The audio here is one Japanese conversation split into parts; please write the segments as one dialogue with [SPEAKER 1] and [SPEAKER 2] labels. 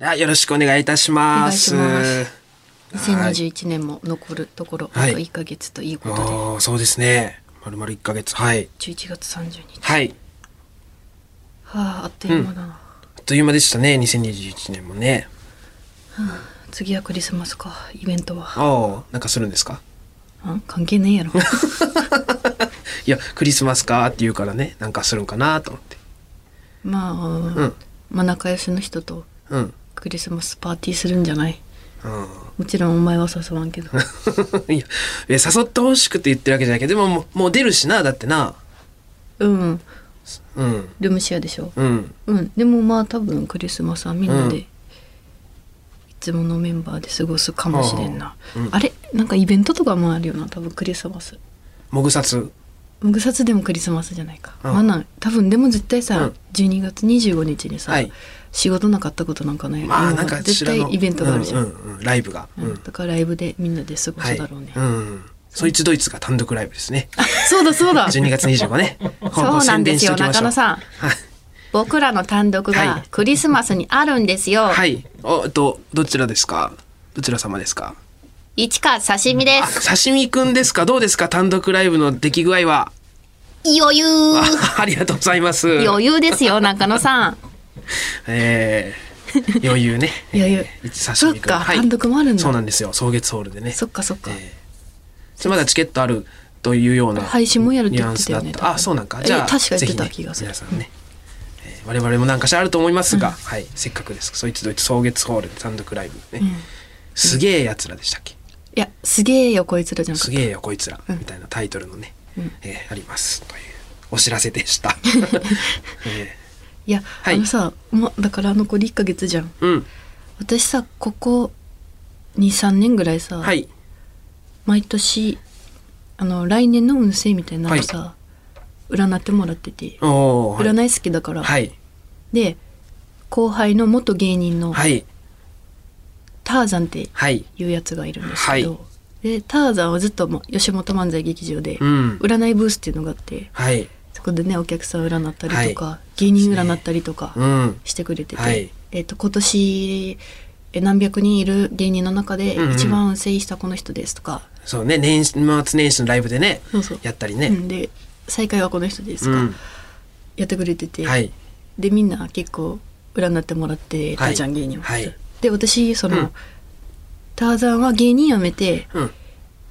[SPEAKER 1] あよろしくお願いいたします。、
[SPEAKER 2] お願いします。2021年も残るところ、はい、あと1か月ということで。はい
[SPEAKER 1] そうですね。まるまる1か月。はい。
[SPEAKER 2] 11月30日。
[SPEAKER 1] はい。
[SPEAKER 2] はあ、あっという間だな、うん、あ
[SPEAKER 1] っという間でしたね、2021年もね。
[SPEAKER 2] はあ次はクリスマスかイベントは
[SPEAKER 1] ああなんかするんですか
[SPEAKER 2] ん関係ねえや ろ
[SPEAKER 1] いやクリスマスかって言うからねなんかするんかなと思って
[SPEAKER 2] まあ、うん、まあ仲良しの人とクリスマスパーティーするんじゃない、うん、もちろんお前は誘わん けど
[SPEAKER 1] いや誘ってほしくて言ってるわけじゃないけどでももう出るしなだってな
[SPEAKER 2] うん
[SPEAKER 1] うん
[SPEAKER 2] ルームシェアでしょ
[SPEAKER 1] うん、
[SPEAKER 2] うん、でもまあ多分クリスマスはみんなで、うんいつものメンバーで過ごすかもしれんな、うん、あれなんかイベントとかもあるよな多分クリスマス
[SPEAKER 1] もぐさつ
[SPEAKER 2] もぐさつでもクリスマスじゃないか、うん、まあな多分でも絶対さ、うん、12月25日にさ、はい、仕事なかったことなんかない、
[SPEAKER 1] まあ、なんか
[SPEAKER 2] 絶対イベントがあるじゃん,うん
[SPEAKER 1] うんうん、ライブが、
[SPEAKER 2] うん、だからライブでみんなで過ごすだろうね、
[SPEAKER 1] はい、うんそいつドイツが単独ライブですね。
[SPEAKER 2] そうだそうだ。
[SPEAKER 1] 12月25ね。
[SPEAKER 2] そうなんですよ、中野さん。僕らの単独がクリスマスにあるんですよ。
[SPEAKER 1] はい。おとどちらですか。どちら様ですか。
[SPEAKER 2] 市川刺身です。
[SPEAKER 1] 刺身くんですか。どうですか。単独ライブの出来具合は。
[SPEAKER 2] 余裕
[SPEAKER 1] あ。ありがとうございます。
[SPEAKER 2] 余裕で すよ中野さん。
[SPEAKER 1] えー、余裕ね。
[SPEAKER 2] 余裕。
[SPEAKER 1] えー、
[SPEAKER 2] そっか、はい、単独もあるんだ。
[SPEAKER 1] そうなんですよ。草月ホールでね。
[SPEAKER 2] そっかそっか。え
[SPEAKER 1] ー、まだチケットあるというような
[SPEAKER 2] 配信もやるって言ってたよね。
[SPEAKER 1] あ、そうなんか。じゃあ
[SPEAKER 2] 確か言ってた気がする。
[SPEAKER 1] ね、皆さんね。我々もなんかしらあると思いますが、うん、はい、せっかくですそいつどいつ草月ホール単独ライブね、うん、すげえやつらでしたっけ
[SPEAKER 2] いやすげえよこいつらじゃな
[SPEAKER 1] すげえよこいつら、みたいなタイトルのね、うん、えー、ありますというお知らせでした、
[SPEAKER 2] えー、いや、はい、あのさ、ま、だから残り1か月じゃん、
[SPEAKER 1] うん、
[SPEAKER 2] 私さここ23年ぐらいさ、
[SPEAKER 1] はい、
[SPEAKER 2] 毎年あの来年の運勢みたいなのさ、はい占ってもらってて、、
[SPEAKER 1] はい
[SPEAKER 2] 占い好きだから、
[SPEAKER 1] はい、
[SPEAKER 2] で後輩の元芸人の、
[SPEAKER 1] はい、
[SPEAKER 2] ターザンっていうやつがいるんですけど、でターザンはずっとも吉本漫才劇場で占いブースっていうのがあって、
[SPEAKER 1] うん、
[SPEAKER 2] そこでねお客さん占ったりとか、芸人占ったりとかしてくれてて、うん、えーと、と今年何百人いる芸人の中で一番運勢いい人はこの人ですとか、
[SPEAKER 1] うんうん、そうね年末年始のライブでね
[SPEAKER 2] そうそう
[SPEAKER 1] やったりね、
[SPEAKER 2] うん、で最下位はこの人ですか、うん、やってくれてて、
[SPEAKER 1] はい、
[SPEAKER 2] でみんな結構占ってもらってターちゃん芸人は、
[SPEAKER 1] はい、
[SPEAKER 2] で私その、うん、ターザンは芸人辞めて、
[SPEAKER 1] うん、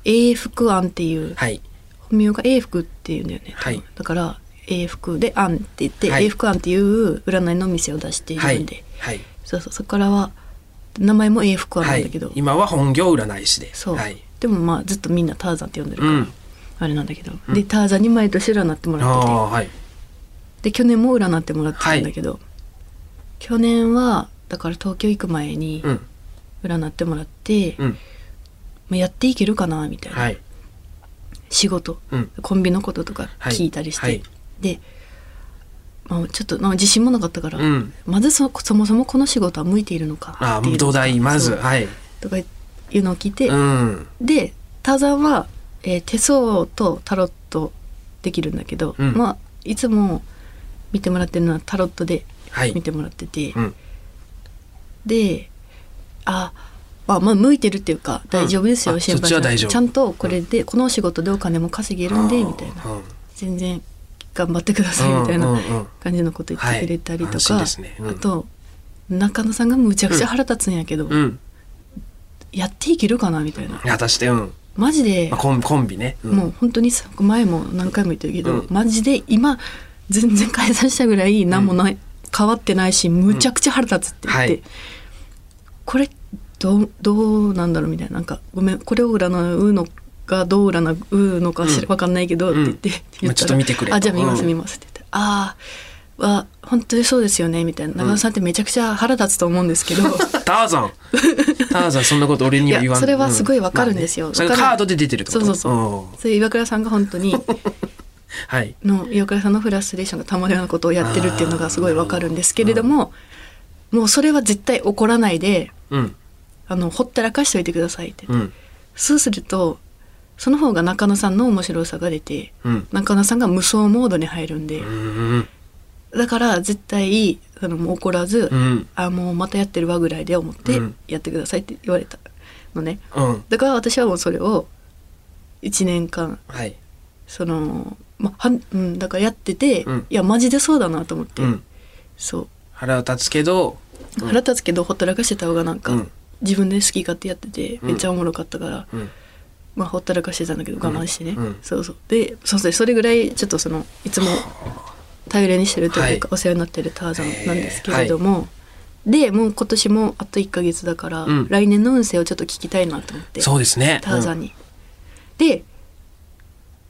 [SPEAKER 2] 永福庵っていう、
[SPEAKER 1] はい、
[SPEAKER 2] 本名が永福っていうんだよね、
[SPEAKER 1] はい、
[SPEAKER 2] だから永福で庵って言って、永福庵っていう占いのお店を出しているんで、そうそうそこからは名前も永福庵なんだけど、
[SPEAKER 1] 今は本業占い師で
[SPEAKER 2] そう、でもまあずっとみんなターザンって呼んでるから。あれなんだけど、うん、でターザンに毎年占ってもらってて、
[SPEAKER 1] はい、
[SPEAKER 2] で去年も占ってもらってたんだけど、はい、去年はだから東京行く前に占ってもらって、
[SPEAKER 1] うん、
[SPEAKER 2] まあ、やっていけるかなみたいな、
[SPEAKER 1] はい、
[SPEAKER 2] 仕事、
[SPEAKER 1] うん、
[SPEAKER 2] コンビのこととか聞いたりして、で、まあ、ちょっと、まあ、自信もなかったから、まずそそもそもこの仕事は向いているのか
[SPEAKER 1] ああ土台まずはい
[SPEAKER 2] とかいうのを聞いて、
[SPEAKER 1] うん、
[SPEAKER 2] でターザンはえー、手相とタロットできるんだけど、うん、まあいつも見てもらってるのはタロットで見てもらって
[SPEAKER 1] はい
[SPEAKER 2] て、
[SPEAKER 1] うん、
[SPEAKER 2] であまあまあ向いてるっていうか大丈夫ですよ、うん、
[SPEAKER 1] 心配し
[SPEAKER 2] なちゃんとこれで、うん、このお仕事でお金も稼げるんでみたいな、全然頑張ってください みたいな感じのこと言ってくれたりとか、はい
[SPEAKER 1] ね、あ
[SPEAKER 2] と中野さんがむちゃくちゃ腹立つんやけど、やっていけるかなみたいな。
[SPEAKER 1] 果たして、うん
[SPEAKER 2] マジで、
[SPEAKER 1] まあ、コンコンビね、
[SPEAKER 2] うん、もう本当にさ前も何回も言ってるけど、うん、マジで今全然解散したぐらい何もない、うん、変わってないしむちゃくちゃ腹立つって言って、はい、これどうどうなんだろうみたいななんかごめんこれを占うのがどう占うのかしら、分かんないけどって言って、言
[SPEAKER 1] ったら「まあ、
[SPEAKER 2] あじゃあ見ます見ます」って言って「ああ」は本当にそうですよねみたいな中野さんってめちゃくちゃ腹立つと思うんですけど、うん、
[SPEAKER 1] ター ザンターザンそんなこと俺には言わ
[SPEAKER 2] んそれはすごいわかるんですよ、
[SPEAKER 1] まあね、カードで出てる
[SPEAKER 2] そうそうそうそれ岩倉さんが本当に
[SPEAKER 1] はい
[SPEAKER 2] の岩倉さんのフラストレーションがたまるようなことをやってるっていうのがすごいわかるんですけれども、うん、もうそれは絶対怒らないで、
[SPEAKER 1] うん、
[SPEAKER 2] あのほったらかしておいてくださいってって、
[SPEAKER 1] うん、
[SPEAKER 2] そうするとその方が中野さんの面白さが出て、
[SPEAKER 1] うん、
[SPEAKER 2] 中野さんが無双モードに入るんで、
[SPEAKER 1] うん
[SPEAKER 2] だから絶対あのもう怒らず、
[SPEAKER 1] うん
[SPEAKER 2] あもうまたやってるわぐらいで思って
[SPEAKER 1] うん
[SPEAKER 2] やってくださいって言われたのね、
[SPEAKER 1] うん
[SPEAKER 2] だから私はもうそれを1年間
[SPEAKER 1] はい
[SPEAKER 2] そのまはんうんだからやってて、
[SPEAKER 1] うん
[SPEAKER 2] いやマジでそうだなと思って、
[SPEAKER 1] うん
[SPEAKER 2] そう
[SPEAKER 1] 腹は立つけどうん
[SPEAKER 2] 腹立つけどほったらかしてた方がなんか、
[SPEAKER 1] うん
[SPEAKER 2] 自分で好き勝手やってて
[SPEAKER 1] うん
[SPEAKER 2] めっちゃおもろかったから、
[SPEAKER 1] うん
[SPEAKER 2] まあほったらかしてたんだけど我慢してね、
[SPEAKER 1] うんうん
[SPEAKER 2] そうそうでそうそうそれぐらいちょっとそのいつも頼りにしてるというか、
[SPEAKER 1] は
[SPEAKER 2] お世話になってるターザンなんですけれども、でもう今年もあと1ヶ月だから、
[SPEAKER 1] うん
[SPEAKER 2] 来年の運勢をちょっと聞きたいなと思って
[SPEAKER 1] そうですね
[SPEAKER 2] ターザン
[SPEAKER 1] に
[SPEAKER 2] に。で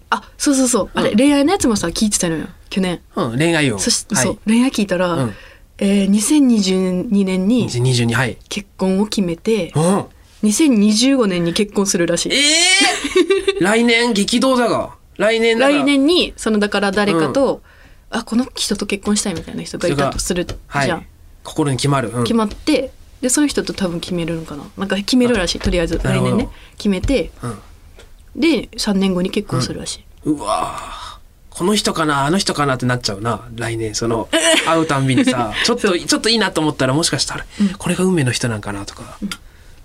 [SPEAKER 2] あそうそうそう、あれ恋愛のやつもさ聞いてたのよ去年。
[SPEAKER 1] うん恋愛を
[SPEAKER 2] そし、
[SPEAKER 1] はい
[SPEAKER 2] そ
[SPEAKER 1] う
[SPEAKER 2] 恋愛聞いたら、
[SPEAKER 1] うん
[SPEAKER 2] えー2022年に
[SPEAKER 1] 2022はい
[SPEAKER 2] 結婚を決めて
[SPEAKER 1] うん
[SPEAKER 2] 2025年に結婚するらしい
[SPEAKER 1] ええ 来年激動だが来年だが
[SPEAKER 2] 来年にそのだから誰かと、あこの人と結婚したいみたいな人がいたとするじゃ
[SPEAKER 1] は
[SPEAKER 2] ん、
[SPEAKER 1] い心に決まるうん
[SPEAKER 2] 決まってでその人と多分決めるのかななんか決めるらしいとりあえず
[SPEAKER 1] なる
[SPEAKER 2] 来
[SPEAKER 1] ほど
[SPEAKER 2] 年ね決めて
[SPEAKER 1] うん
[SPEAKER 2] で3年後に結婚するらしい、
[SPEAKER 1] うわーこの人かなあの人かなってなっちゃうな来年そ の会うたんびにさちょっとちょっといいなと思ったらもしかしたら、これが運命の人なんかなとか、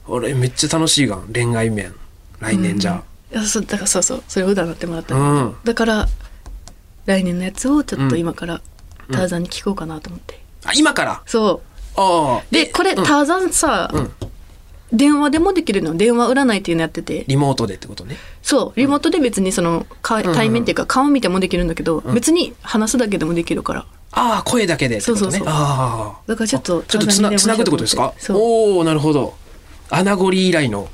[SPEAKER 1] 俺めっちゃ楽しいがん恋愛面来年じゃ
[SPEAKER 2] いやそうだからそうそうそれを占ってもらった
[SPEAKER 1] う
[SPEAKER 2] の、
[SPEAKER 1] ん、
[SPEAKER 2] だから来年のやつをちょっと今から
[SPEAKER 1] ん
[SPEAKER 2] ターザンに聞こうかなと思って、
[SPEAKER 1] あ今から
[SPEAKER 2] そう
[SPEAKER 1] ああ
[SPEAKER 2] でこれ、ターザンさ、
[SPEAKER 1] うん
[SPEAKER 2] 電話でもできるの電話占いっていうのやってて
[SPEAKER 1] リモートでってことね
[SPEAKER 2] そうリモートで別にそのか
[SPEAKER 1] んうん
[SPEAKER 2] 対面っていうか顔見てもできるんだけど、別に話すだけでもできるから
[SPEAKER 1] ああ声だけでってことね
[SPEAKER 2] そうそうそう
[SPEAKER 1] ああ
[SPEAKER 2] だからちょっ
[SPEAKER 1] あ
[SPEAKER 2] と
[SPEAKER 1] ちょっとつなつなぐってことですか
[SPEAKER 2] そう
[SPEAKER 1] おおなるほどアナゴリ以来 の、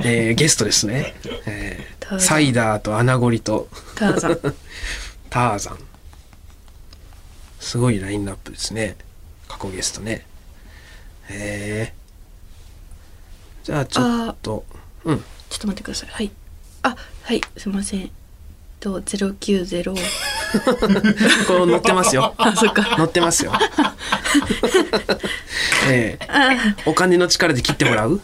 [SPEAKER 1] えーゲストですね、え
[SPEAKER 2] ターザ
[SPEAKER 1] ー、
[SPEAKER 2] ン
[SPEAKER 1] サイダーとアナゴリと
[SPEAKER 2] ター ザン
[SPEAKER 1] ターザンすごいラインナップですね過去ゲストねへえじゃあちょっとうん
[SPEAKER 2] ちょっと待ってくださいはいあはいすいませんえっと090
[SPEAKER 1] こう乗ってますよ
[SPEAKER 2] あそっか
[SPEAKER 1] 乗って ますよええお金の力で切ってもら う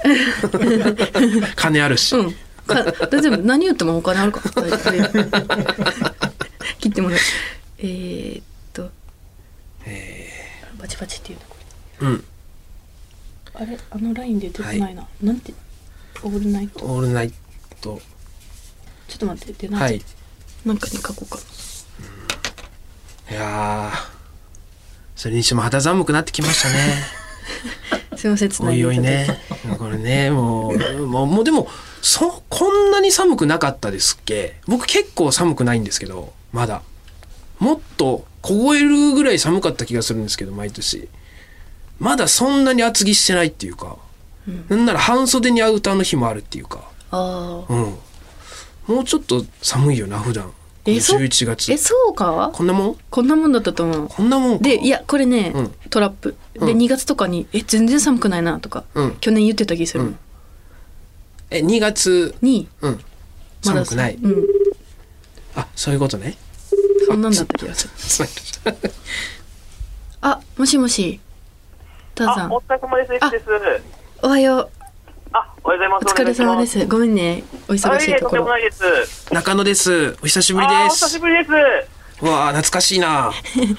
[SPEAKER 1] 金あるし、
[SPEAKER 2] うんか大丈夫何言ってもお金あるから大丈夫 切ってもらうえー、っとバチバチっていうのこ
[SPEAKER 1] うん
[SPEAKER 2] れあれあのラインで出てこないな、なんてオールナイト
[SPEAKER 1] オールナイト
[SPEAKER 2] ちょっと待って出ない、
[SPEAKER 1] はい
[SPEAKER 2] なんかに書こうか
[SPEAKER 1] いやーそれにしても肌寒くなってきましたね
[SPEAKER 2] すいませんつ
[SPEAKER 1] お
[SPEAKER 2] い
[SPEAKER 1] い
[SPEAKER 2] で
[SPEAKER 1] おい
[SPEAKER 2] ただて
[SPEAKER 1] ね。これね、もう、もう、もうでも、そ、こんなに寒くなかったですっけ僕結構寒くないんですけど、まだ。もっと凍えるぐらい寒かった気がするんですけど、毎年。まだそんなに厚着してないっていうか、なんなら半袖にアウターの日もあるっていうか、
[SPEAKER 2] ああ
[SPEAKER 1] うん。もうちょっと寒いよな、普段。
[SPEAKER 2] えそう
[SPEAKER 1] 11
[SPEAKER 2] え
[SPEAKER 1] 月。
[SPEAKER 2] そうか
[SPEAKER 1] こんなもん
[SPEAKER 2] こんなもんだったと思う
[SPEAKER 1] こんなもんか
[SPEAKER 2] でい、やこれね、
[SPEAKER 1] うん
[SPEAKER 2] トラップで、
[SPEAKER 1] うん
[SPEAKER 2] 2月とかに「え全然寒くないな」とか、
[SPEAKER 1] うん
[SPEAKER 2] 去年言ってた気するも
[SPEAKER 1] う
[SPEAKER 2] ん、
[SPEAKER 1] んえ、2月、
[SPEAKER 2] に
[SPEAKER 1] うん。
[SPEAKER 2] ま
[SPEAKER 1] 寒
[SPEAKER 2] だ
[SPEAKER 1] くない。
[SPEAKER 2] うん、
[SPEAKER 1] あ、そういうこと ね。
[SPEAKER 2] そんなんだった気がする
[SPEAKER 1] そう
[SPEAKER 2] あもしもしターザ
[SPEAKER 3] あ、
[SPEAKER 2] ン
[SPEAKER 3] お疲れ様です。エッチです。
[SPEAKER 2] おはよう
[SPEAKER 3] あ、おはようご
[SPEAKER 2] お疲
[SPEAKER 3] ざい
[SPEAKER 2] れ
[SPEAKER 3] ます。
[SPEAKER 2] 様で
[SPEAKER 3] お
[SPEAKER 2] すごめんねお忙
[SPEAKER 3] 願い
[SPEAKER 2] し
[SPEAKER 3] しま
[SPEAKER 2] いと
[SPEAKER 3] す。と
[SPEAKER 2] こ
[SPEAKER 3] ても
[SPEAKER 2] ろ
[SPEAKER 3] ないです。
[SPEAKER 1] 中野です。お久しぶり
[SPEAKER 3] あー、お
[SPEAKER 1] で
[SPEAKER 3] 久
[SPEAKER 1] す
[SPEAKER 3] し。ぶりです。
[SPEAKER 1] わあ、懐かしいな。
[SPEAKER 3] はい。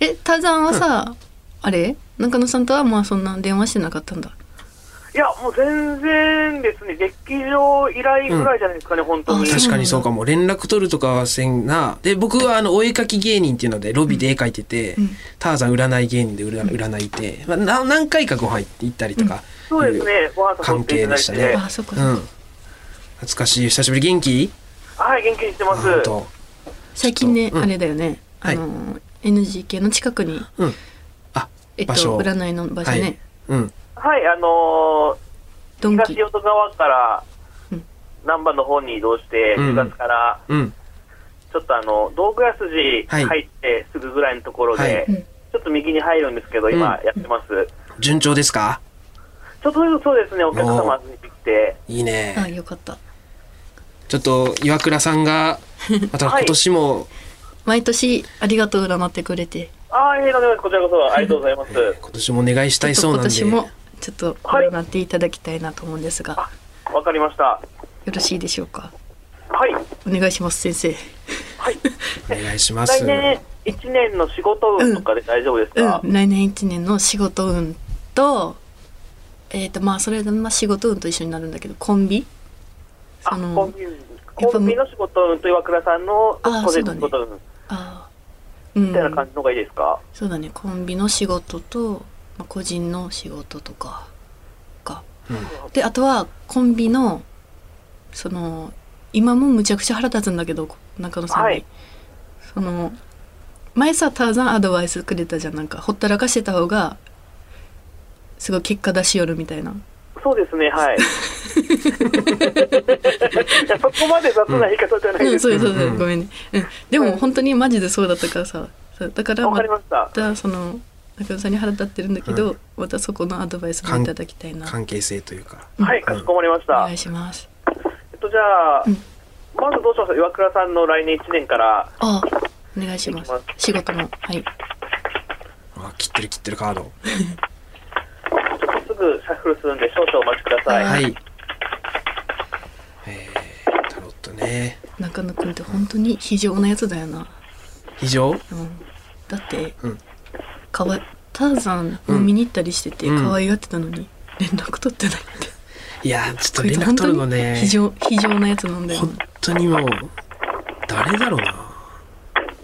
[SPEAKER 2] えターザンはさ、あれ中野さんとはまあそんな電話してなかったんだ
[SPEAKER 3] いや、もう全然ですね。劇場以来ぐらいじゃないですかね、本当に。
[SPEAKER 2] あ
[SPEAKER 1] 確かにそうかも。連絡取るとかはせんな。で、僕はあの、お絵描き芸人っていうので、ロビーで絵描いてて、ターザン占い芸人で占占いて、まあ、な何回かご飯行ったりとか、
[SPEAKER 3] そうですね。ご飯誘
[SPEAKER 1] 関
[SPEAKER 3] ってい
[SPEAKER 1] 係
[SPEAKER 3] ただ
[SPEAKER 1] で
[SPEAKER 3] い
[SPEAKER 1] した
[SPEAKER 3] て。
[SPEAKER 1] ね。
[SPEAKER 2] あそっかそっか
[SPEAKER 1] うん。懐かしい。久しぶり。元気
[SPEAKER 3] はい、元気にして
[SPEAKER 1] あ
[SPEAKER 3] ます。
[SPEAKER 1] 本当。
[SPEAKER 2] 最近ね、
[SPEAKER 1] うん
[SPEAKER 2] あれだよね、
[SPEAKER 1] はい
[SPEAKER 2] あの NGK の近くに、
[SPEAKER 1] うん。あ、
[SPEAKER 2] えっと、
[SPEAKER 1] 場所。
[SPEAKER 2] 占いの場所ね、
[SPEAKER 1] はい。うん。
[SPEAKER 3] はい、あの
[SPEAKER 2] ド
[SPEAKER 3] ー、
[SPEAKER 2] ン
[SPEAKER 3] 東
[SPEAKER 2] キ
[SPEAKER 3] 淀川から
[SPEAKER 2] うん、
[SPEAKER 3] 南波の方に移動して、
[SPEAKER 1] うん
[SPEAKER 3] 10月から、
[SPEAKER 1] うん。
[SPEAKER 3] ちょっとあの、道具屋筋入ってすぐぐらいのところで、
[SPEAKER 1] はい
[SPEAKER 2] うん
[SPEAKER 3] ちょっと右に入るんですけど、今やってます。
[SPEAKER 1] 順調ですか
[SPEAKER 3] ちょっとずつそうですね、お客様集めてきて、
[SPEAKER 1] いいね。
[SPEAKER 2] あよかった
[SPEAKER 1] ちょっと、岩倉さんが、ま た今年も、
[SPEAKER 2] 毎年ありがとう占ってくれて
[SPEAKER 3] ああ、いえいえ、とんでもないですこちらこそありがとうございます。
[SPEAKER 1] 今年もお願いしたい
[SPEAKER 2] ちょ
[SPEAKER 1] そ
[SPEAKER 2] っ
[SPEAKER 1] う
[SPEAKER 2] と
[SPEAKER 1] な
[SPEAKER 2] 今
[SPEAKER 1] んで。
[SPEAKER 2] 年もちょっと占っていただきたいなと思うんですが、
[SPEAKER 3] わかりました。
[SPEAKER 2] よろしいでしょうか
[SPEAKER 3] はい、
[SPEAKER 2] お願いします先生
[SPEAKER 3] はい、
[SPEAKER 1] お願いします
[SPEAKER 3] 来。年1年の仕事運とかで大丈夫ですか、
[SPEAKER 2] うん、来年1年の仕事運とえっ、とまあそれで、まあ、仕事運と一緒になるんだけどコンビ
[SPEAKER 3] あ
[SPEAKER 2] あの
[SPEAKER 3] コンビコンビの仕事運と岩倉さんの
[SPEAKER 2] あ
[SPEAKER 3] 個人の仕事運
[SPEAKER 2] あーうん
[SPEAKER 3] みたいな感じの方がいいですか、
[SPEAKER 2] そうだねコンビの仕事と、まあ、個人の仕事とかかであとはコンビのその今もむちゃくちゃ腹立つんだけど中野さんに、
[SPEAKER 3] はい
[SPEAKER 2] その前さターザンアドバイスくれたじゃんなんかほったらかしてた方がすごい結果出しよるみたいな
[SPEAKER 3] そうです ねはいいやそこまで雑な言い方じゃない
[SPEAKER 2] うん
[SPEAKER 3] です
[SPEAKER 2] そうですそうです
[SPEAKER 1] うん
[SPEAKER 2] ごめんね、うん、でも本当にマジでそうだったからさそうだから
[SPEAKER 3] わ
[SPEAKER 2] ま
[SPEAKER 3] かりました
[SPEAKER 2] たその中野さんに腹立ってるんだけど、またそこのアドバイスもいただきたいな
[SPEAKER 1] 関係性というか。
[SPEAKER 3] はいかしこまりまし
[SPEAKER 2] お
[SPEAKER 3] た、
[SPEAKER 2] 願いします
[SPEAKER 3] えっとじゃあ、
[SPEAKER 2] うん
[SPEAKER 3] まずどうします岩倉さんの来年1年から
[SPEAKER 2] ああお願いします
[SPEAKER 3] 行き
[SPEAKER 2] 仕事もはい
[SPEAKER 1] あ切ってる切ってるカード。
[SPEAKER 3] すぐシャッフルするんで少々お待ちください、
[SPEAKER 2] は
[SPEAKER 1] はいい。えー、タロットね。
[SPEAKER 2] 中野くんって本当に非情なやつだよな、
[SPEAKER 1] 以上
[SPEAKER 2] うん、だって、
[SPEAKER 1] うん
[SPEAKER 2] かわいターザンを見に行ったりしてて
[SPEAKER 1] うん
[SPEAKER 2] 可愛がってたのに連絡取ってないって、
[SPEAKER 1] いやー、ちょっと
[SPEAKER 2] こい
[SPEAKER 1] 連
[SPEAKER 2] つ
[SPEAKER 1] 絡
[SPEAKER 2] 本当
[SPEAKER 1] 取るの
[SPEAKER 2] に
[SPEAKER 1] ね。
[SPEAKER 2] 非常非情なやつなんだよな
[SPEAKER 1] 本当にもう、誰だろうな。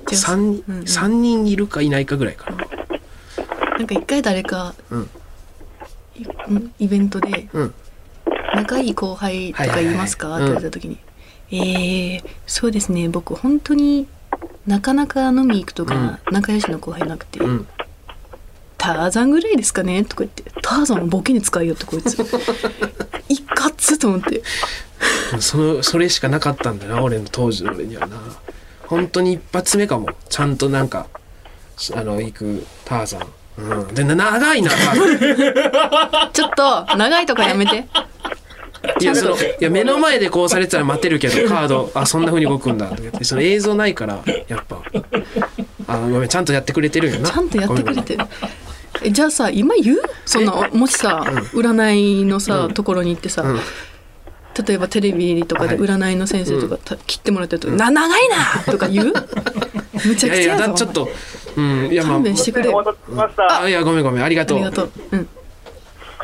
[SPEAKER 2] 違う
[SPEAKER 1] 三
[SPEAKER 2] うんうん
[SPEAKER 1] 三人いるかいないかぐらいかな。
[SPEAKER 2] なんか一回誰か、
[SPEAKER 1] うん
[SPEAKER 2] いうんイベントで
[SPEAKER 1] うん。
[SPEAKER 2] 仲いい後輩とかいますか、
[SPEAKER 1] はいはいはい
[SPEAKER 2] って言われた時に、えー、そうですね僕本当になかなか飲み行くとか、仲良しの後輩なくて、
[SPEAKER 1] うん。
[SPEAKER 2] ターザンぐらいですかねとか言ってターザンをボケに使いよってこい ついかつと思って
[SPEAKER 1] そのそれしかなかったんだな俺の当時の俺にはな本当に一発目かもちゃんとなんかしあの行くターザンうんでな長いなターザン
[SPEAKER 2] ちょっと長いとかやめて
[SPEAKER 1] いやそのいや目の前でこうされてたら待てるけ どカードあそんな風に動くんだとか言ってその映像ないからやっぱあごめんちゃんとやってくれてるんやな
[SPEAKER 2] ちゃんとやってくれて
[SPEAKER 1] る
[SPEAKER 2] るえじゃあさ今言うそんなもしさ占いのさ、ところに行ってさ、
[SPEAKER 1] うん
[SPEAKER 2] 例えばテレビとか
[SPEAKER 1] は
[SPEAKER 2] で
[SPEAKER 1] い
[SPEAKER 2] 占いの先生とかた、切ってもらったと、な長いなとか言うむ
[SPEAKER 1] い
[SPEAKER 2] ちゃく
[SPEAKER 1] や
[SPEAKER 2] ちゃ
[SPEAKER 1] いや
[SPEAKER 2] やぞ
[SPEAKER 1] だちょっとうんいや
[SPEAKER 2] お
[SPEAKER 1] まあ
[SPEAKER 2] 前勘弁してくれ
[SPEAKER 3] お
[SPEAKER 2] よ
[SPEAKER 3] 待たせしました、
[SPEAKER 1] あいやごめんごめんありが
[SPEAKER 2] あ
[SPEAKER 1] とう
[SPEAKER 2] りがとう、うん、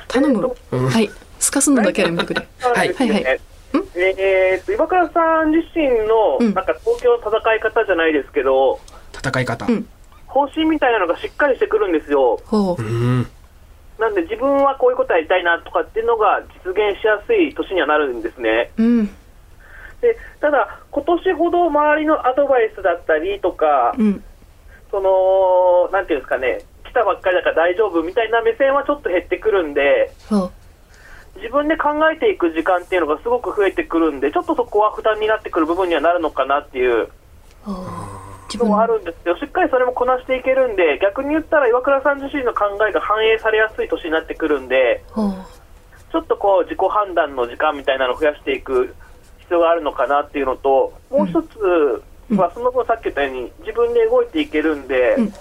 [SPEAKER 2] 頼む、はいすかすのだけはやめてくれ
[SPEAKER 3] はい
[SPEAKER 2] はいはい
[SPEAKER 3] えー、と岩倉さん自身の、
[SPEAKER 2] うん
[SPEAKER 3] なんか東京の戦い方じゃないですけど、
[SPEAKER 1] 戦い方
[SPEAKER 2] うん
[SPEAKER 3] 方針みたいなのがしっかりしてくるんですよ。
[SPEAKER 2] ほ
[SPEAKER 1] う
[SPEAKER 2] う
[SPEAKER 1] ん
[SPEAKER 3] なんで自分はこういうことやりたいなとかっていうのが実現しやすい年にはなるんですね。
[SPEAKER 2] うん
[SPEAKER 3] で、ただ、今年ほど周りのアドバイスだったりとか、
[SPEAKER 2] うん
[SPEAKER 3] その、なんていうんですかね、来たばっかりだから大丈夫みたいな目線はちょっと減ってくるんで、
[SPEAKER 2] ほう
[SPEAKER 3] 自分で考えていく時間っていうのがすごく増えてくるんで、ちょっとそこは負担になってくる部分にはなるのかなっていう
[SPEAKER 2] ほう自
[SPEAKER 3] の
[SPEAKER 2] 分
[SPEAKER 3] もあ
[SPEAKER 2] の
[SPEAKER 3] るんですけど、しっかりそれもこなしていけるんで、逆に言ったら岩倉さん自身の考えが反映されやすい年になってくるんで、
[SPEAKER 2] ほう
[SPEAKER 3] ちょっとこう自己判断の時間みたいなのを増やしていく必要があるのかなっていうのと、もう一つはその分さっき言ったように自分で動いていけるんで、
[SPEAKER 2] うん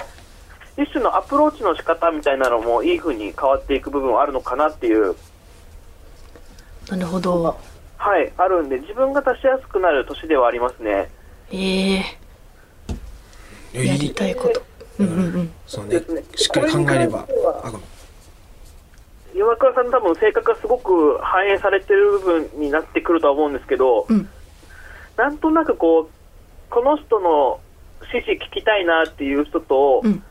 [SPEAKER 3] 一種のアプローチの仕方みたいなのもいい風に変わっていく部分はあるのかなっていう。
[SPEAKER 2] なるほど
[SPEAKER 3] はい、あるんで、自分が出しやすくなる年ではありますね。
[SPEAKER 2] ええ
[SPEAKER 1] や
[SPEAKER 2] やりたいことうんうんうん
[SPEAKER 1] そうねしっかり考えればあごめん
[SPEAKER 3] 岩倉さんの多分性格がすごく反映されてる部分になってくるとは思うんですけど、
[SPEAKER 2] うん
[SPEAKER 3] なんとなくこう、この人の指示聞きたいなっていう人と、
[SPEAKER 2] うん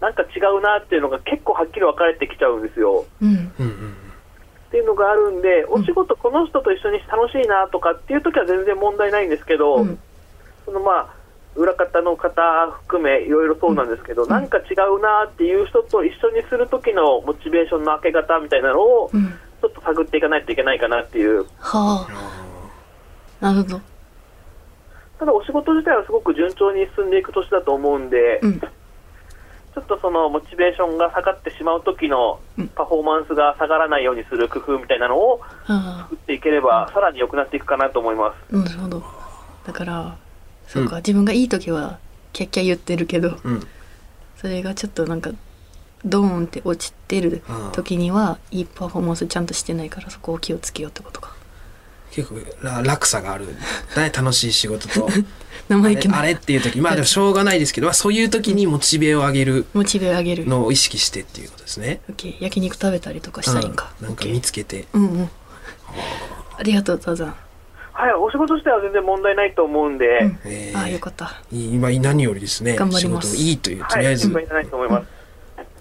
[SPEAKER 3] なんか違うなっていうのが結構はっきり分かれてきちゃうんですよ。
[SPEAKER 2] うん
[SPEAKER 1] うんうん
[SPEAKER 3] っていうのがあるんで、お仕事この人と一緒にして楽しいなとかっていう時は全然問題ないんですけど、
[SPEAKER 2] うん
[SPEAKER 3] そのまあ裏方の方含めいろいろそうなんですけど、なんか違うなっていう人と一緒にする時のモチベーションの開け方みたいなのを
[SPEAKER 2] う
[SPEAKER 3] ち
[SPEAKER 2] ん
[SPEAKER 3] ょっと探っていかないといけないかなっていう
[SPEAKER 2] はあなるほど
[SPEAKER 3] ただお仕事自体はすごく順調に進んでいく年だと思うんで、
[SPEAKER 2] うん
[SPEAKER 3] ちょっとそのモチベーションが下がってしまう時の
[SPEAKER 2] うん
[SPEAKER 3] パフォーマンスが下がらないようにする工夫みたいなのを
[SPEAKER 2] はあ
[SPEAKER 3] 打っていければさらに良くなっていくかなと思います
[SPEAKER 2] なるほどだからそうか、自分がいい時はキャッキャ言ってるけど
[SPEAKER 1] うん
[SPEAKER 2] それがちょっとなんかドーンって落ちてる時にはいいパフォーマンスちゃんとしてないからそこを気をつけようってことか
[SPEAKER 1] 結構ら落差がある、ね、楽しい仕事 と
[SPEAKER 2] 生意気な
[SPEAKER 1] あれっていう時まあでもしょうがないですけど、まあ、そういう時にモチベを上げる
[SPEAKER 2] モチベを上げる
[SPEAKER 1] のを意識してっていうことですね。
[SPEAKER 2] OK 焼肉食べたりとかしたいんか、
[SPEAKER 1] うん、なんか見つけて、
[SPEAKER 2] うんうんありがとうターザン
[SPEAKER 3] はい、お仕事自体は全然問題ないと思うんで、
[SPEAKER 2] うん
[SPEAKER 1] えー
[SPEAKER 2] あよかった
[SPEAKER 1] い今何よりですね
[SPEAKER 2] 頑張ります
[SPEAKER 1] 仕事いいというと
[SPEAKER 3] はい、
[SPEAKER 1] りあえず、
[SPEAKER 3] 心配ないと思います。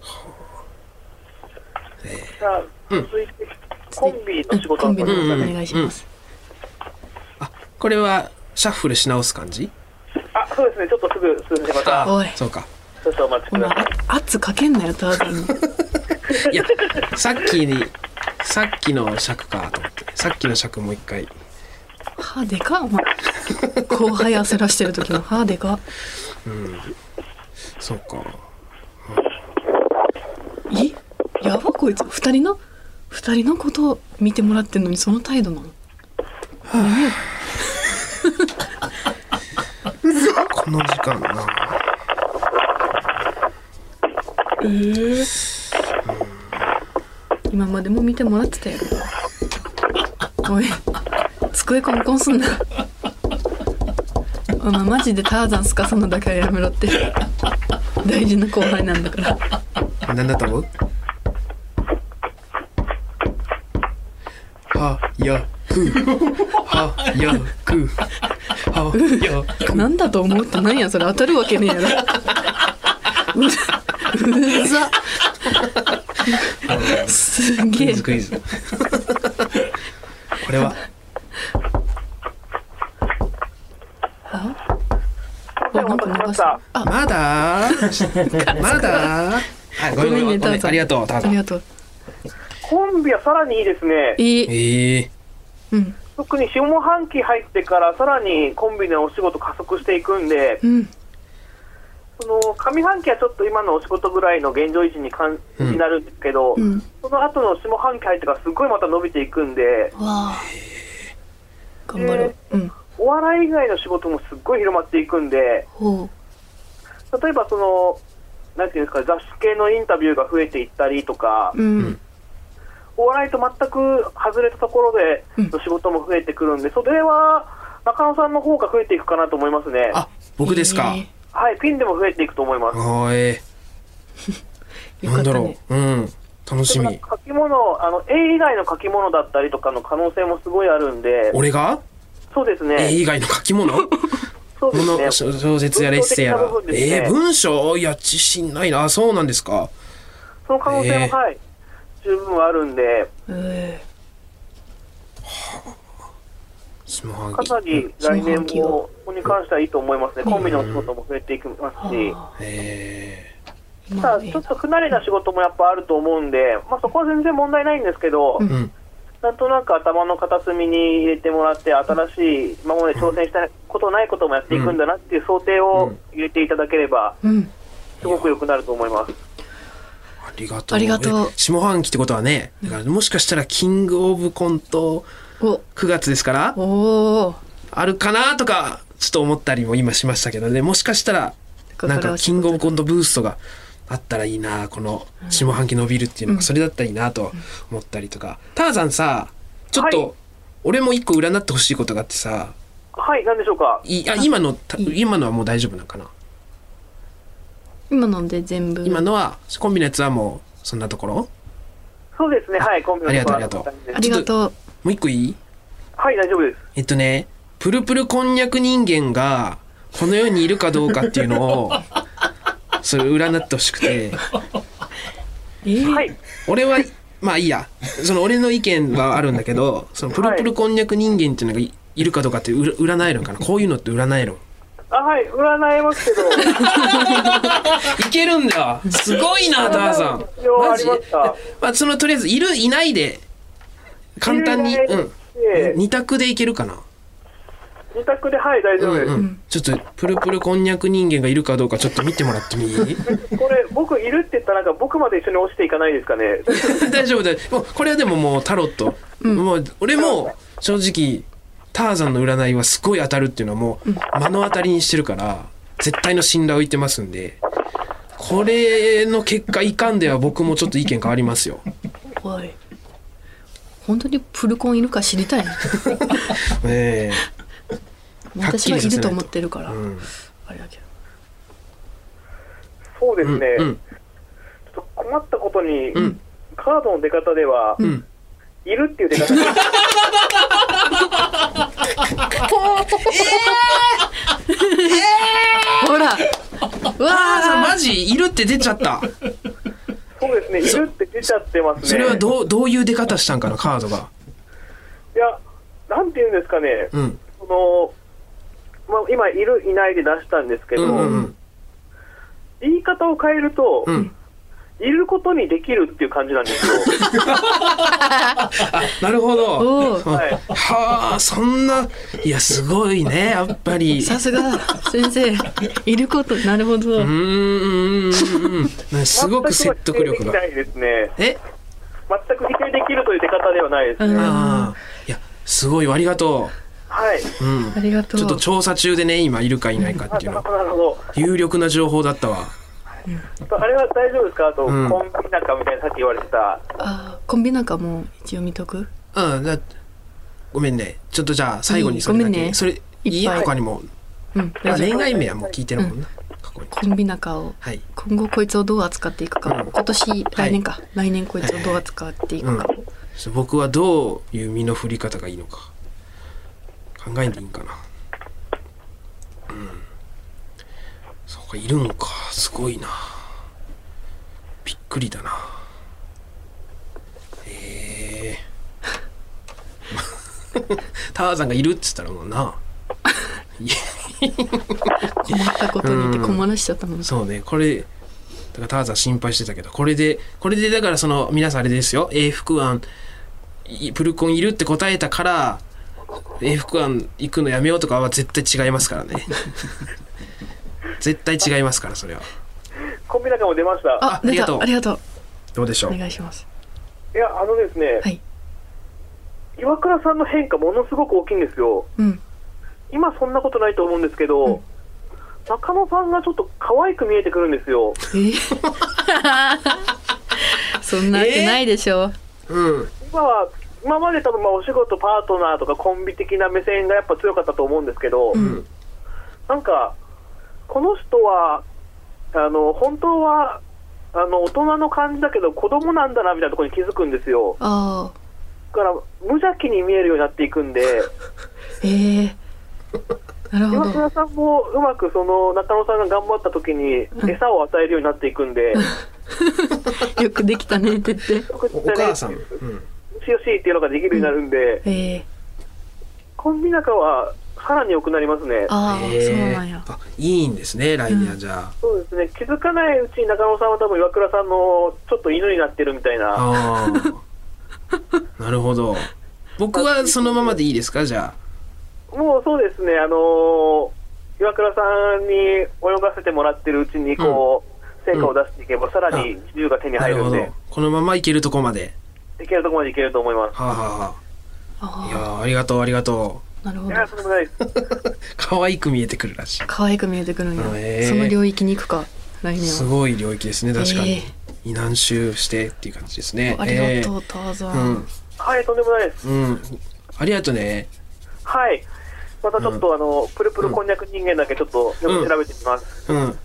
[SPEAKER 3] じゃあ、続いて、コンビの仕事
[SPEAKER 2] コ
[SPEAKER 3] は
[SPEAKER 2] ンビ
[SPEAKER 3] どう
[SPEAKER 2] の
[SPEAKER 3] ですか
[SPEAKER 2] お
[SPEAKER 3] ね。
[SPEAKER 2] 願いします、
[SPEAKER 1] あこれはシャッフルし直す感じ
[SPEAKER 3] あ、そうですね、ちょっとすぐ進んでまた、
[SPEAKER 2] おい
[SPEAKER 1] そうか
[SPEAKER 3] ちょっとお待ち
[SPEAKER 2] お
[SPEAKER 3] くだ
[SPEAKER 2] 前
[SPEAKER 3] さい。
[SPEAKER 2] あ圧かけんなよターザンに
[SPEAKER 1] いや さっきにさっきの尺かと思ってさっきの尺もう一回
[SPEAKER 2] 歯でかっお前後輩焦らしてる時の歯でかっ
[SPEAKER 1] そうか
[SPEAKER 2] えやばこいつ二人の二人のことを見てもらってんのにその態度なの
[SPEAKER 1] この時間な
[SPEAKER 2] えー、今までも見てもらってたやろおい机コンコンすんなお前マジでターザンすかすのだけはやめろって大事な後輩なんだから
[SPEAKER 1] 何だと思うはやくはやくはやく
[SPEAKER 2] なんだと思うってなんやそれ当たるわけねえやろうう ざす
[SPEAKER 1] ク
[SPEAKER 2] げ
[SPEAKER 1] イ
[SPEAKER 2] え
[SPEAKER 1] ズクイズ これは
[SPEAKER 2] あ
[SPEAKER 3] お待たせしました。
[SPEAKER 2] あ
[SPEAKER 1] ま だまだはいごめんごめんご
[SPEAKER 2] タ
[SPEAKER 1] め
[SPEAKER 2] ー
[SPEAKER 1] ん
[SPEAKER 2] ザン
[SPEAKER 1] ありがとうター
[SPEAKER 2] あ
[SPEAKER 1] ザ
[SPEAKER 2] り
[SPEAKER 1] ン
[SPEAKER 2] がとう
[SPEAKER 3] コンビはさらにいいですね。
[SPEAKER 2] いい
[SPEAKER 1] ええ
[SPEAKER 2] うん
[SPEAKER 3] 特に下半期入ってから、さらにコンビのお仕事加速していくんで、
[SPEAKER 2] うん
[SPEAKER 3] その上半期はちょっと今のお仕事ぐらいの現状維持に感
[SPEAKER 1] う
[SPEAKER 3] じ
[SPEAKER 1] ん
[SPEAKER 3] になるんですけど、
[SPEAKER 2] うん
[SPEAKER 3] その後の下半期入ってからすごいまた伸びていくんで、
[SPEAKER 2] わあ頑張ろう、うん
[SPEAKER 3] お笑い以外の仕事もすっごい広まっていくんで、
[SPEAKER 2] ほう
[SPEAKER 3] 例えばその、なんていうんですか、雑誌系のインタビューが増えていったりとか、
[SPEAKER 2] うん、
[SPEAKER 3] お笑いと全く外れたところでの仕事も増えてくるんで、それは中野さんの方が増えていくかなと思いますね。
[SPEAKER 1] あ僕ですか、
[SPEAKER 2] え
[SPEAKER 3] はい、ピンでも増えていくと思います。
[SPEAKER 1] はーい、
[SPEAKER 2] ーよ
[SPEAKER 1] なん
[SPEAKER 2] かっ
[SPEAKER 1] だ
[SPEAKER 2] た
[SPEAKER 1] ろ
[SPEAKER 2] ね
[SPEAKER 1] ううん楽しみ
[SPEAKER 3] 書き物、あの、絵以外の書き物だったりとかの可能性もすごいあるんで、
[SPEAKER 1] 俺が
[SPEAKER 3] そうですね。
[SPEAKER 1] 絵以外の書き 物
[SPEAKER 3] そう
[SPEAKER 1] この
[SPEAKER 3] ですね。
[SPEAKER 1] 小説やらエッセイやら、
[SPEAKER 3] 文章的な部分ですね
[SPEAKER 1] えー、文章いや自信ないなあそうなんですか
[SPEAKER 3] その可能性も、
[SPEAKER 1] えー
[SPEAKER 3] はい、十分あるんで、
[SPEAKER 2] え
[SPEAKER 1] スマ
[SPEAKER 3] か
[SPEAKER 1] ハ
[SPEAKER 3] なり来年
[SPEAKER 2] 下半期は
[SPEAKER 3] も、ここに関してはいいと思いますね。
[SPEAKER 2] うん
[SPEAKER 3] コンビのお仕事も増えていきますし
[SPEAKER 2] ー、あ
[SPEAKER 1] え
[SPEAKER 2] ー
[SPEAKER 3] た
[SPEAKER 2] 今
[SPEAKER 3] だ
[SPEAKER 2] え
[SPEAKER 3] ちょっと不慣れな仕事もやっぱあると思うんで、まあそこは全然問題ないんですけど、
[SPEAKER 1] ー、うん
[SPEAKER 3] なんとなく頭の片隅に入れてもらって、新しい、今まで挑戦したことないこともやっていくんだなっていう想定を入れていただければ、
[SPEAKER 2] うん
[SPEAKER 3] すごく良くなると思います。
[SPEAKER 1] ありがとう
[SPEAKER 2] ありがとう
[SPEAKER 1] え下半期ってことはねだからもしかしたらキングオブコント
[SPEAKER 2] お
[SPEAKER 1] 9月ですから
[SPEAKER 2] おお
[SPEAKER 1] あるかなとかちょっと思ったりも今しましたけどねもしかしたら
[SPEAKER 2] ここから
[SPEAKER 1] なんかキングオブコントブーストがあったらいいなこの下半期伸びるっていうのがそれだったらいいなと思ったりとか、ターザンさちょっ
[SPEAKER 3] はい
[SPEAKER 1] と俺も一個占ってほしいことがあってさ
[SPEAKER 3] はい、なんでしょうか。
[SPEAKER 1] いあ今のた
[SPEAKER 2] いい
[SPEAKER 1] 今のはもう大丈夫なのかな
[SPEAKER 2] 今なんで全部
[SPEAKER 1] 今のはコンビのやつはもうそんなところ
[SPEAKER 3] そうですね、はい、コンビの
[SPEAKER 1] ありがとう
[SPEAKER 3] コラボの感じで
[SPEAKER 2] ありがとう
[SPEAKER 1] もう一個いい
[SPEAKER 3] はい、大丈夫です。
[SPEAKER 1] えっとねプルプルこんにゃく人間がこの世にいるかどうかっていうのをそれ占ってほしくて
[SPEAKER 2] えー
[SPEAKER 3] はい、
[SPEAKER 1] 俺はまあいいやその俺の意見はあるんだけどそのプルプルこんにゃく人間っていうのがいいるかどうかってうら占えるんかなこういうのって占えるん
[SPEAKER 3] あ、はい、占いますけど、
[SPEAKER 1] いけるんだすごいなダーさん
[SPEAKER 3] 必要あ
[SPEAKER 1] マ
[SPEAKER 3] り
[SPEAKER 1] ジ
[SPEAKER 3] ますか
[SPEAKER 1] まあそのとりあえずいるいないで簡単に
[SPEAKER 3] いるいな
[SPEAKER 1] う
[SPEAKER 3] い
[SPEAKER 1] ん
[SPEAKER 3] で
[SPEAKER 1] 二択でいけるかな
[SPEAKER 3] 自宅で、はい、大丈夫です。
[SPEAKER 1] うんうん、ちょっとプルプルこんにゃく人間がいるかどうかちょっと見てもらってもいい
[SPEAKER 3] これ、僕いるって言ったら、なんか僕まで一緒に落ちていかないですかね。
[SPEAKER 1] 大丈夫だもうこれはでももうタロット、もう俺も正直ターザンの占いはすごい当たるっていうのはもう目の当たりにしてるから絶対の信頼を置いてますんでこれの結果いかんでは僕もちょっと意見変わりますよ
[SPEAKER 2] おい本当にプルコンいるか知り たい
[SPEAKER 1] えはっき
[SPEAKER 2] 私は
[SPEAKER 1] りさ
[SPEAKER 2] い
[SPEAKER 1] せないと
[SPEAKER 2] ると思ってるから、
[SPEAKER 1] えうん
[SPEAKER 2] あれだけど
[SPEAKER 3] そうですね、
[SPEAKER 1] うん
[SPEAKER 3] ちょっと困ったことに、
[SPEAKER 1] ん
[SPEAKER 3] カードの出方では、
[SPEAKER 1] うん
[SPEAKER 3] いるっていう 出方が
[SPEAKER 2] ほらう
[SPEAKER 1] あ
[SPEAKER 2] わ
[SPEAKER 1] マジいるって出ちゃった
[SPEAKER 3] そうですね、いるって出ちゃってますね。
[SPEAKER 1] それはどうどういう出方したんかなカードが
[SPEAKER 3] いや、なんていうんですかね、
[SPEAKER 1] うん
[SPEAKER 3] その、まあ、今、いる、いないで出したんですけ
[SPEAKER 1] う
[SPEAKER 3] ど、
[SPEAKER 1] んうんうん
[SPEAKER 3] 言い方を変えると、
[SPEAKER 1] うん
[SPEAKER 3] いることにできるっていう感じなんですよ。
[SPEAKER 1] なるほど
[SPEAKER 2] おう
[SPEAKER 3] はい
[SPEAKER 1] はあそんないやすごいねやっぱり
[SPEAKER 2] ーさすが先生いることなるほど、
[SPEAKER 1] うーんねすごく説得力が
[SPEAKER 3] 全く否定できないですね。
[SPEAKER 1] え
[SPEAKER 3] 全く否定できるという出方ではないですね。
[SPEAKER 2] うん
[SPEAKER 1] ああいやすごいよありがと
[SPEAKER 3] はい。
[SPEAKER 1] う、うん
[SPEAKER 2] あ、りがとう
[SPEAKER 1] ちょっと調査中でね今いるかいないか
[SPEAKER 3] あ
[SPEAKER 1] っていうの
[SPEAKER 3] なるほど。
[SPEAKER 1] 有力な情報だったわ
[SPEAKER 3] ちょっとあれは大丈夫ですかあと、
[SPEAKER 1] うん
[SPEAKER 3] コンビなんかみたいにさっき言われてた。
[SPEAKER 2] あーコンビなんかも一応見とく
[SPEAKER 1] うんだごめんねちょっとじゃあ最後にそれだけ、
[SPEAKER 2] ごめんね
[SPEAKER 1] それいい
[SPEAKER 2] いっぱい
[SPEAKER 1] 他にも
[SPEAKER 2] うん
[SPEAKER 1] あ
[SPEAKER 2] 大丈夫
[SPEAKER 1] 恋愛名はもう聞いてるもんな、過去に
[SPEAKER 2] コンビ仲を
[SPEAKER 1] はい
[SPEAKER 2] 今後こいつをどう扱っていくか、今年来年か、来年こいつをどう扱っていくか、
[SPEAKER 1] そう僕はどういう身の振り方がいいのか考えんでいいんかなうんそうかいるんかすごいなびっくりだなえー、ターザンがいるっつったらもうな
[SPEAKER 2] 困ったことにって困らしちゃったもん、
[SPEAKER 1] そうねこれだからターザン心配してたけどこれでこれでだからその皆さんあれですよ永福庵いプルコンいるって答えたから永福庵行くのやめようとかは絶対違いますから ね絶対違いますからそれは
[SPEAKER 3] コンビ仲も出ました。
[SPEAKER 2] あ
[SPEAKER 1] あり
[SPEAKER 2] 出
[SPEAKER 1] がとう
[SPEAKER 2] たありがとう
[SPEAKER 1] どうでしょ
[SPEAKER 2] お
[SPEAKER 1] う
[SPEAKER 2] 願いします
[SPEAKER 3] いや、あのですね、
[SPEAKER 2] はい
[SPEAKER 3] 岩倉さんの変化ものすごく大きいんですよ。
[SPEAKER 2] うん
[SPEAKER 3] 今そんなことないと思うんですけど、
[SPEAKER 2] うん
[SPEAKER 3] 中野さんがちょっと可愛く見えてくるんですよ。
[SPEAKER 2] え ーそんなわけないでしょ、
[SPEAKER 1] うん
[SPEAKER 3] 今は今まで多分まあお仕事パートナーとかコンビ的な目線がやっぱ強かったと思うんですけど、
[SPEAKER 2] うん
[SPEAKER 3] なんかこの人はあの本当はあの大人の感じだけど子供なんだなみたいなところに気づくんですよ
[SPEAKER 2] ああ
[SPEAKER 3] だから無邪気に見えるようになっていくんで
[SPEAKER 2] ええなる
[SPEAKER 3] 岩
[SPEAKER 2] ほど
[SPEAKER 3] 倉さんもうまくその中野さんが頑張った時に餌を与えるようになっていくんで、
[SPEAKER 2] よくできたねって言って
[SPEAKER 3] 特
[SPEAKER 1] お
[SPEAKER 3] に
[SPEAKER 1] お母さん、
[SPEAKER 3] よ
[SPEAKER 1] うん、
[SPEAKER 3] しよしっていうのができるようになるんで、
[SPEAKER 2] ええ
[SPEAKER 3] コンビ仲はさらに良くなりますね
[SPEAKER 2] ああ、
[SPEAKER 1] へー
[SPEAKER 2] そうなんや
[SPEAKER 1] あいいんですね来年は
[SPEAKER 2] うん
[SPEAKER 1] じゃあ、
[SPEAKER 3] そうですね、気づかないうちに中野さんは多分岩倉さんのちょっと犬になってるみたいな、
[SPEAKER 1] ああなるほど僕はそのままでいいですかじゃ
[SPEAKER 3] もうそうですね、あのー岩倉さんに泳がせてもらってるうちにこう、成果を出していけば、さらに自由が手に
[SPEAKER 1] あな
[SPEAKER 3] 入
[SPEAKER 1] る
[SPEAKER 3] る
[SPEAKER 1] ほ
[SPEAKER 3] ん
[SPEAKER 1] ど
[SPEAKER 3] で、
[SPEAKER 1] このままいけるとこまで
[SPEAKER 3] いけるところまでいけると思います。
[SPEAKER 1] はあ、はあはあ、いや
[SPEAKER 2] あ
[SPEAKER 1] ーありがとうありがとう
[SPEAKER 2] あなるほ
[SPEAKER 3] い
[SPEAKER 2] ど
[SPEAKER 3] や、それもないです。
[SPEAKER 1] 可愛く見えてくるらし
[SPEAKER 2] 可愛く見えてくるんや、
[SPEAKER 1] へー
[SPEAKER 2] その領域に行くか来
[SPEAKER 1] い
[SPEAKER 2] 年
[SPEAKER 1] す
[SPEAKER 2] は
[SPEAKER 1] ごい領域ですね確かに、
[SPEAKER 2] ええ
[SPEAKER 1] 避難州してっていう感じですね
[SPEAKER 2] ありがとう、ターザ
[SPEAKER 1] え
[SPEAKER 2] ン、
[SPEAKER 3] はい、とんでもないです。
[SPEAKER 1] えうんうんありがとうね
[SPEAKER 3] はい。またちょっと、あの、プルプルこんにゃく人間だけちょっとよく調べてみます。
[SPEAKER 1] うん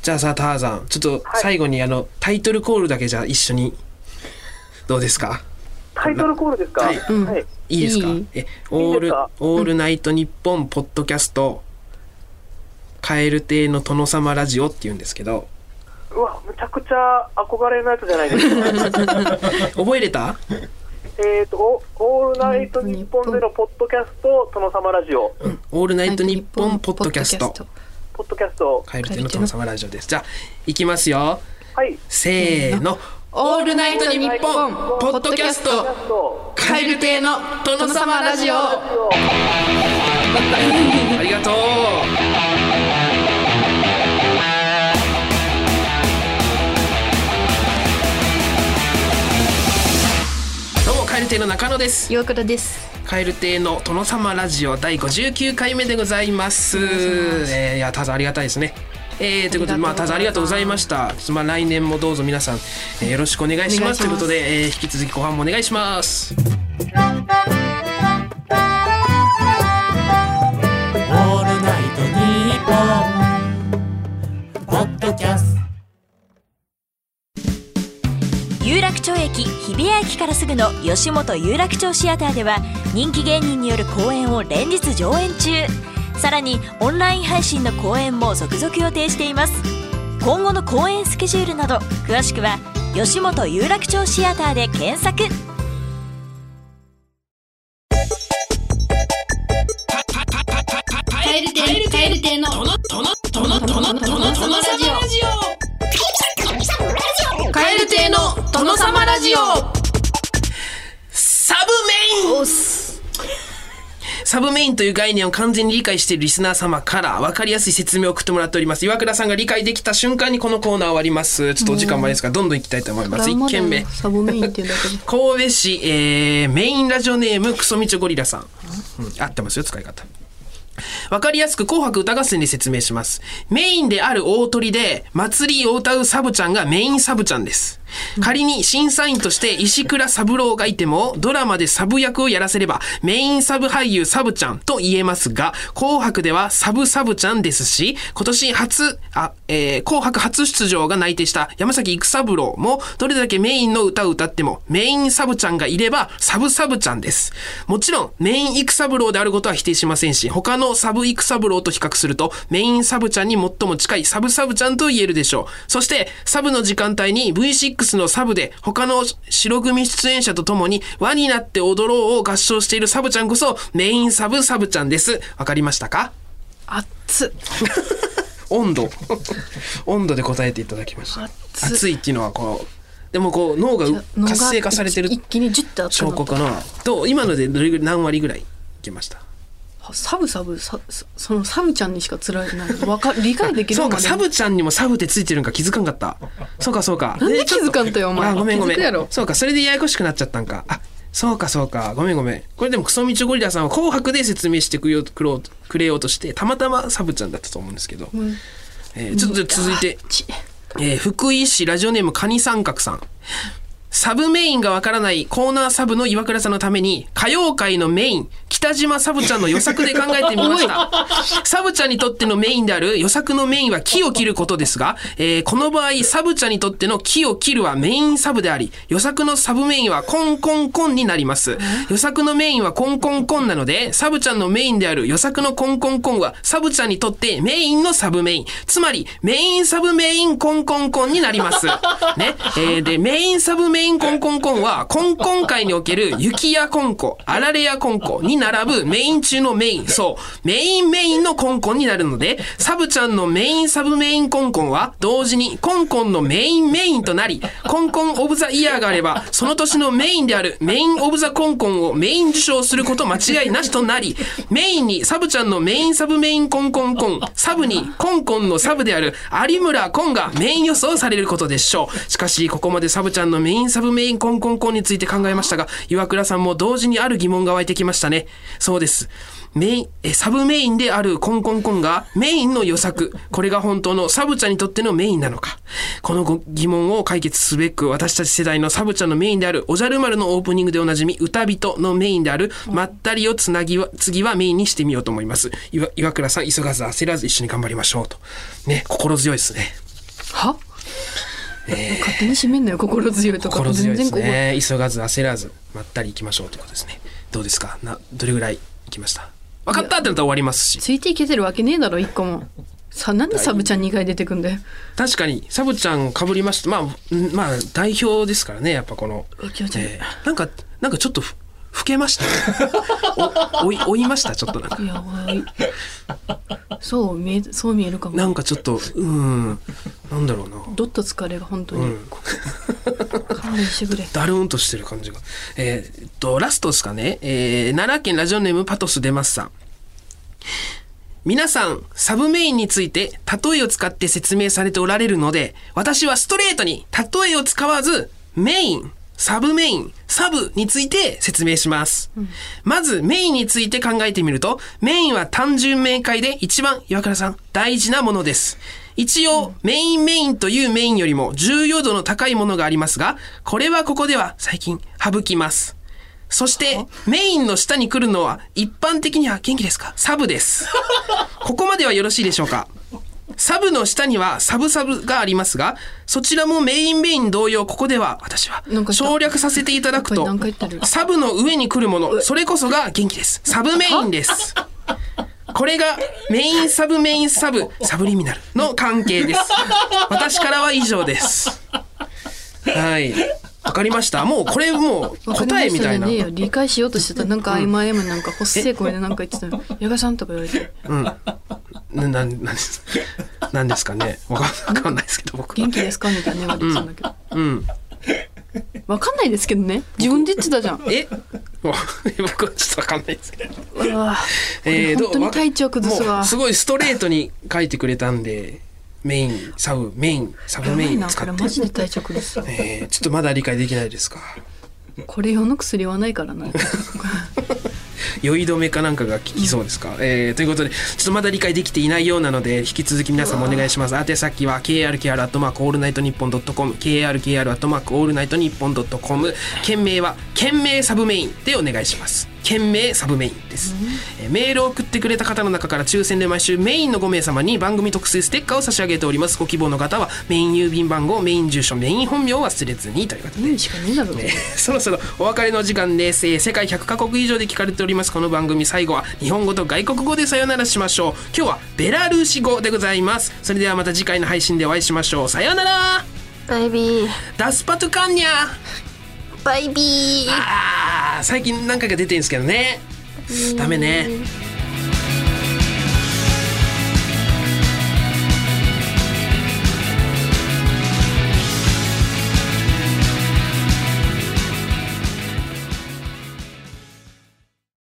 [SPEAKER 1] じゃあさターザンちょっと
[SPEAKER 3] はい
[SPEAKER 1] 最後にあの、タイトルコールだけじゃあ一緒にどうですか
[SPEAKER 3] タイトルコールですか、
[SPEAKER 1] はい
[SPEAKER 2] うん
[SPEAKER 3] はい。
[SPEAKER 1] いいですか
[SPEAKER 2] いい
[SPEAKER 1] えオール
[SPEAKER 3] いいですか
[SPEAKER 1] オールナイトニッポンポッドキャストカエル亭の殿様ラジオって言うんですけ ど
[SPEAKER 3] うわ、むちゃくちゃ憧れのやつじゃないですか。
[SPEAKER 1] 覚えれた
[SPEAKER 3] えー、とオオールナイトニッポンゼロポッドキャスト殿様ラジオ
[SPEAKER 1] オールナイトニッポンポッドキャスト
[SPEAKER 3] ポッドキャスト
[SPEAKER 1] カエル亭の殿様ラジオですじゃあいきますよ
[SPEAKER 3] はい
[SPEAKER 1] せーの。オールナイトニッポンポッドキャス
[SPEAKER 3] キャ
[SPEAKER 1] ト
[SPEAKER 3] スト
[SPEAKER 1] カエル亭の殿様ラジオ。ありがとう。どうもカエル亭の中野です。
[SPEAKER 2] 岩倉です
[SPEAKER 1] カエル亭の殿様ラジオ第59回目でございます。えーいや、タザありがたいですね。えー、ということで、まあ、タザありがとうございました。ちょっとまあ、来年もどうぞ皆さん、えーよろしくお願いします。という
[SPEAKER 2] お願いします
[SPEAKER 1] ことで、えー引き続き後半もお願いします。
[SPEAKER 4] ールナイトニッポン」ポッドキャスト
[SPEAKER 5] 有楽町駅日比谷駅からすぐの吉本有楽町シアターでは人気芸人による公演を連日上演中さらにオンライン配信の公演も続々予定しています今後の公演スケジュールなど詳しくは吉本有楽町シアターで検索
[SPEAKER 6] カエル亭カエル亭のトノトノトノトノトノトノラジオカエル亭の殿様ラジオ
[SPEAKER 1] サブメインサブメインという概念を完全に理解しているリスナー様から分かりやすい説明を送ってもらっております。岩倉さんが理解できた瞬間にこのコーナー終わります。ちょっとお時間もあれですから、どんどん行きたいと思います。1件目。
[SPEAKER 2] サボメインって言うんだけ ど
[SPEAKER 1] 神戸市、えーメインラジオネームクソみちょゴリラさん、うん、合ってますよ使い方わかりやすく紅白歌合戦で説明します。メインである大鳥で、祭りを歌うサブちゃんがメインサブちゃんです。仮に審査員として石倉三郎がいても、ドラマでサブ役をやらせれば、メインサブ俳優サブちゃんと言えますが、紅白ではサブサブちゃんですし、今年初、あ、えー紅白初出場が内定した山崎育三郎も、どれだけメインの歌を歌っても、メインサブちゃんがいれば、サブサブちゃんです。もちろん、メイン育三郎であることは否定しませんし、他のサブ育三郎と比較すると、メインサブちゃんに最も近いサブサブちゃんと言えるでしょう。そして、サブの時間帯に V6 のサブで、他の白組出演者と共に、輪になって踊ろうを合唱しているサブちゃんこそ、メインサブサブちゃんです。わかりましたか
[SPEAKER 2] 熱っ
[SPEAKER 1] 温度 温度で答えていただきました
[SPEAKER 2] 熱い
[SPEAKER 1] 暑いっていうのはこうでもこう脳がう
[SPEAKER 2] 脳が
[SPEAKER 1] 活性化されてる
[SPEAKER 2] 一気にジュッてあった
[SPEAKER 1] 証拠かなと今のでどれぐらい何割ぐらいいけました
[SPEAKER 2] サブサブサそのサブちゃんにしか辛いないわか理解できる
[SPEAKER 1] そう
[SPEAKER 2] ま
[SPEAKER 1] か
[SPEAKER 2] で
[SPEAKER 1] サブちゃんにもサブってついてるんか気づかんかったそうかそうか
[SPEAKER 2] なんで気づかんとよお前
[SPEAKER 1] あごめんごめ
[SPEAKER 2] 気づくや
[SPEAKER 1] ん
[SPEAKER 2] ろ
[SPEAKER 1] そうかそれでややこしくなっちゃったんかあそうかそうかごめんごめんこれでもクソミチョゴリラさんは「紅白」で説明してくれようくろうくれようとしてたまたまサブちゃんだったと思うんですけど、えーちょっと続いて
[SPEAKER 2] ち
[SPEAKER 1] えー福井市ラジオネームカニ三角さん。サブメインがわからないコーナーサブの岩倉さんのために歌謡界のメイン北島サブちゃんの予作で考えてみました サブちゃんにとってのメインである予作のメインは木を切ることですが、えーこの場合サブちゃんにとっての木を切るはメインサブであり予作のサブメインはコンコンコンになります予作のメインはコンコンコンなのでサブちゃんのメインである予作のコンコンコンはサブちゃんにとってメインのサブメインつまりメインサブメインコンコンコンになります。ね。えーで、メインサブメインコンコンコンは、コンコン界における雪やコンコ、あられやコンコに並ぶメイン中のメイン、そう、メインメインのコンコンになるので、サブちゃんのメインサブメインコンコンは、同時にコンコンのメインメインとなり、コンコンオブザイヤーがあれば、その年のメインであるメインオブザコンコンをメイン受賞すること間違いなしとなり、メインにサブちゃんのメインサブメインコンコンコン、サブにコンコンのサブである有村コンがメイン予想されることでしょう。しかし、ここまでサブちゃんのメインサブメインコンコンコンについて考えましたが、岩倉さんも同時にある疑問が湧いてきましたね。そうです。メイン、え、サブメインであるコンコンコンがメインの予作。これが本当のサブちゃんにとってのメインなのか。このご疑問を解決すべく、私たち世代のサブちゃんのメインである、おじゃる丸のオープニングでおなじみ、歌人のメインである、まったりをつなぎは、次はメインにしてみようと思います。岩岩倉さん、急がず焦らず一緒に頑張りましょうと。ね、心強いですね。
[SPEAKER 2] は、勝手に締めんなよ心強いとか
[SPEAKER 1] 心強いです
[SPEAKER 2] 全然
[SPEAKER 1] ね。急がず焦らず、まったり行きましょうということですね。どうですかな、どれぐらい行きました分かったってなったら終わりますし。
[SPEAKER 2] ついていけてるわけねえだろ一個もさなんでサブちゃん2回出てくんだよ
[SPEAKER 1] 確かにサブちゃんかぶりましたまあんまあ代表ですからねやっぱこの、
[SPEAKER 2] わきまえた
[SPEAKER 1] えーなんかなんかちょっとふ老けましたお追い追いました ちょっとなんか
[SPEAKER 2] いやおいそう見えそう見えるかも
[SPEAKER 1] なんかちょっとうーんなんだろうな
[SPEAKER 2] どっと疲れが本当に、勘弁してくれ
[SPEAKER 1] だるんとしてる感じがえーえっとラストですかね、えー奈良県ラジオネームパトス出ますさん皆さん、サブメインについて、例えを使って説明されておられるので、私はストレートに、例えを使わず、メイン、サブメイン、サブについて説明します。まず、メインについて考えてみると、メインは単純明快で一番、岩倉さん、大事なものです。一応、メインメインというメインよりも重要度の高いものがありますが、これはここでは最近省きます。そして、メインの下に来るのは、一般的には元気ですかサブ です。ここまではよろしいでしょうかサブの下にはサブサブがありますが、そちらもメインメイン同様、ここでは私は
[SPEAKER 2] なんか言った
[SPEAKER 1] 省略させていただくと
[SPEAKER 2] やっぱりなんか言って、る
[SPEAKER 1] サブの上に来るもの、それこそが元気です。サブメインです。これがメインサブメインサブサブリミナルの関係です。私からは以上です。はい。わかりました。もうこれもう
[SPEAKER 2] わかり ま
[SPEAKER 1] 答えみたいな。
[SPEAKER 2] したじゃねえよ理解しようとしてたなんか IMIM なんか発声声でなんか言ってたの「矢賀さん」とか言われて
[SPEAKER 1] な、な、なんです。なんですかね。わかわかんないですけど、
[SPEAKER 2] 「
[SPEAKER 1] 僕。
[SPEAKER 2] 元気ですか?」みたいな言われてたんだけど、
[SPEAKER 1] うん。
[SPEAKER 2] わかんないですけどね自分で言ってたじゃん
[SPEAKER 1] え。 もう僕はちょっとわかんないですけど。
[SPEAKER 2] うわ
[SPEAKER 1] えどう
[SPEAKER 2] 本当に体調崩すわ
[SPEAKER 1] もうすごいストレートに書いてくれたんで。メイン、サブ、メイン、サブ
[SPEAKER 2] やば
[SPEAKER 1] メイ
[SPEAKER 2] い
[SPEAKER 1] ン
[SPEAKER 2] な
[SPEAKER 1] 使っ
[SPEAKER 2] これ
[SPEAKER 1] て。
[SPEAKER 2] マジで体調崩す
[SPEAKER 1] えーちょっとまだ理解できないですか。
[SPEAKER 2] これ用の薬はな いからな
[SPEAKER 1] 酔い止めかなんかが効きそうですか、えーということでちょっとまだ理解できていないようなので引き続き皆さんもお願いします宛先は KRKR アットマークオールナイトニッポンドットコム KRKR アットマークオールナイトニッポンドットコム件名は「件名サブメイン」でお願いします件名サブメインです、えーメールを送ってくれた方の中から抽選で毎週メインの5名様に番組特製ステッカーを差し上げておりますご希望の方はメイン郵便番号メイン住所メイン本名を忘れずにということで
[SPEAKER 2] 意味しかねえだろう
[SPEAKER 1] えー そろそろお別れの時間です、えー世界100カ国以上で聞かれておりますこの番組最後は日本語と外国語でさよならしましょう今日はベラルーシ語でございますそれではまた次回の配信でお会いしましょうさよなら
[SPEAKER 7] バイビー
[SPEAKER 1] ダスパトゥカンニャ
[SPEAKER 7] バイビー
[SPEAKER 1] あー最近何回か出てるんですけどねダメね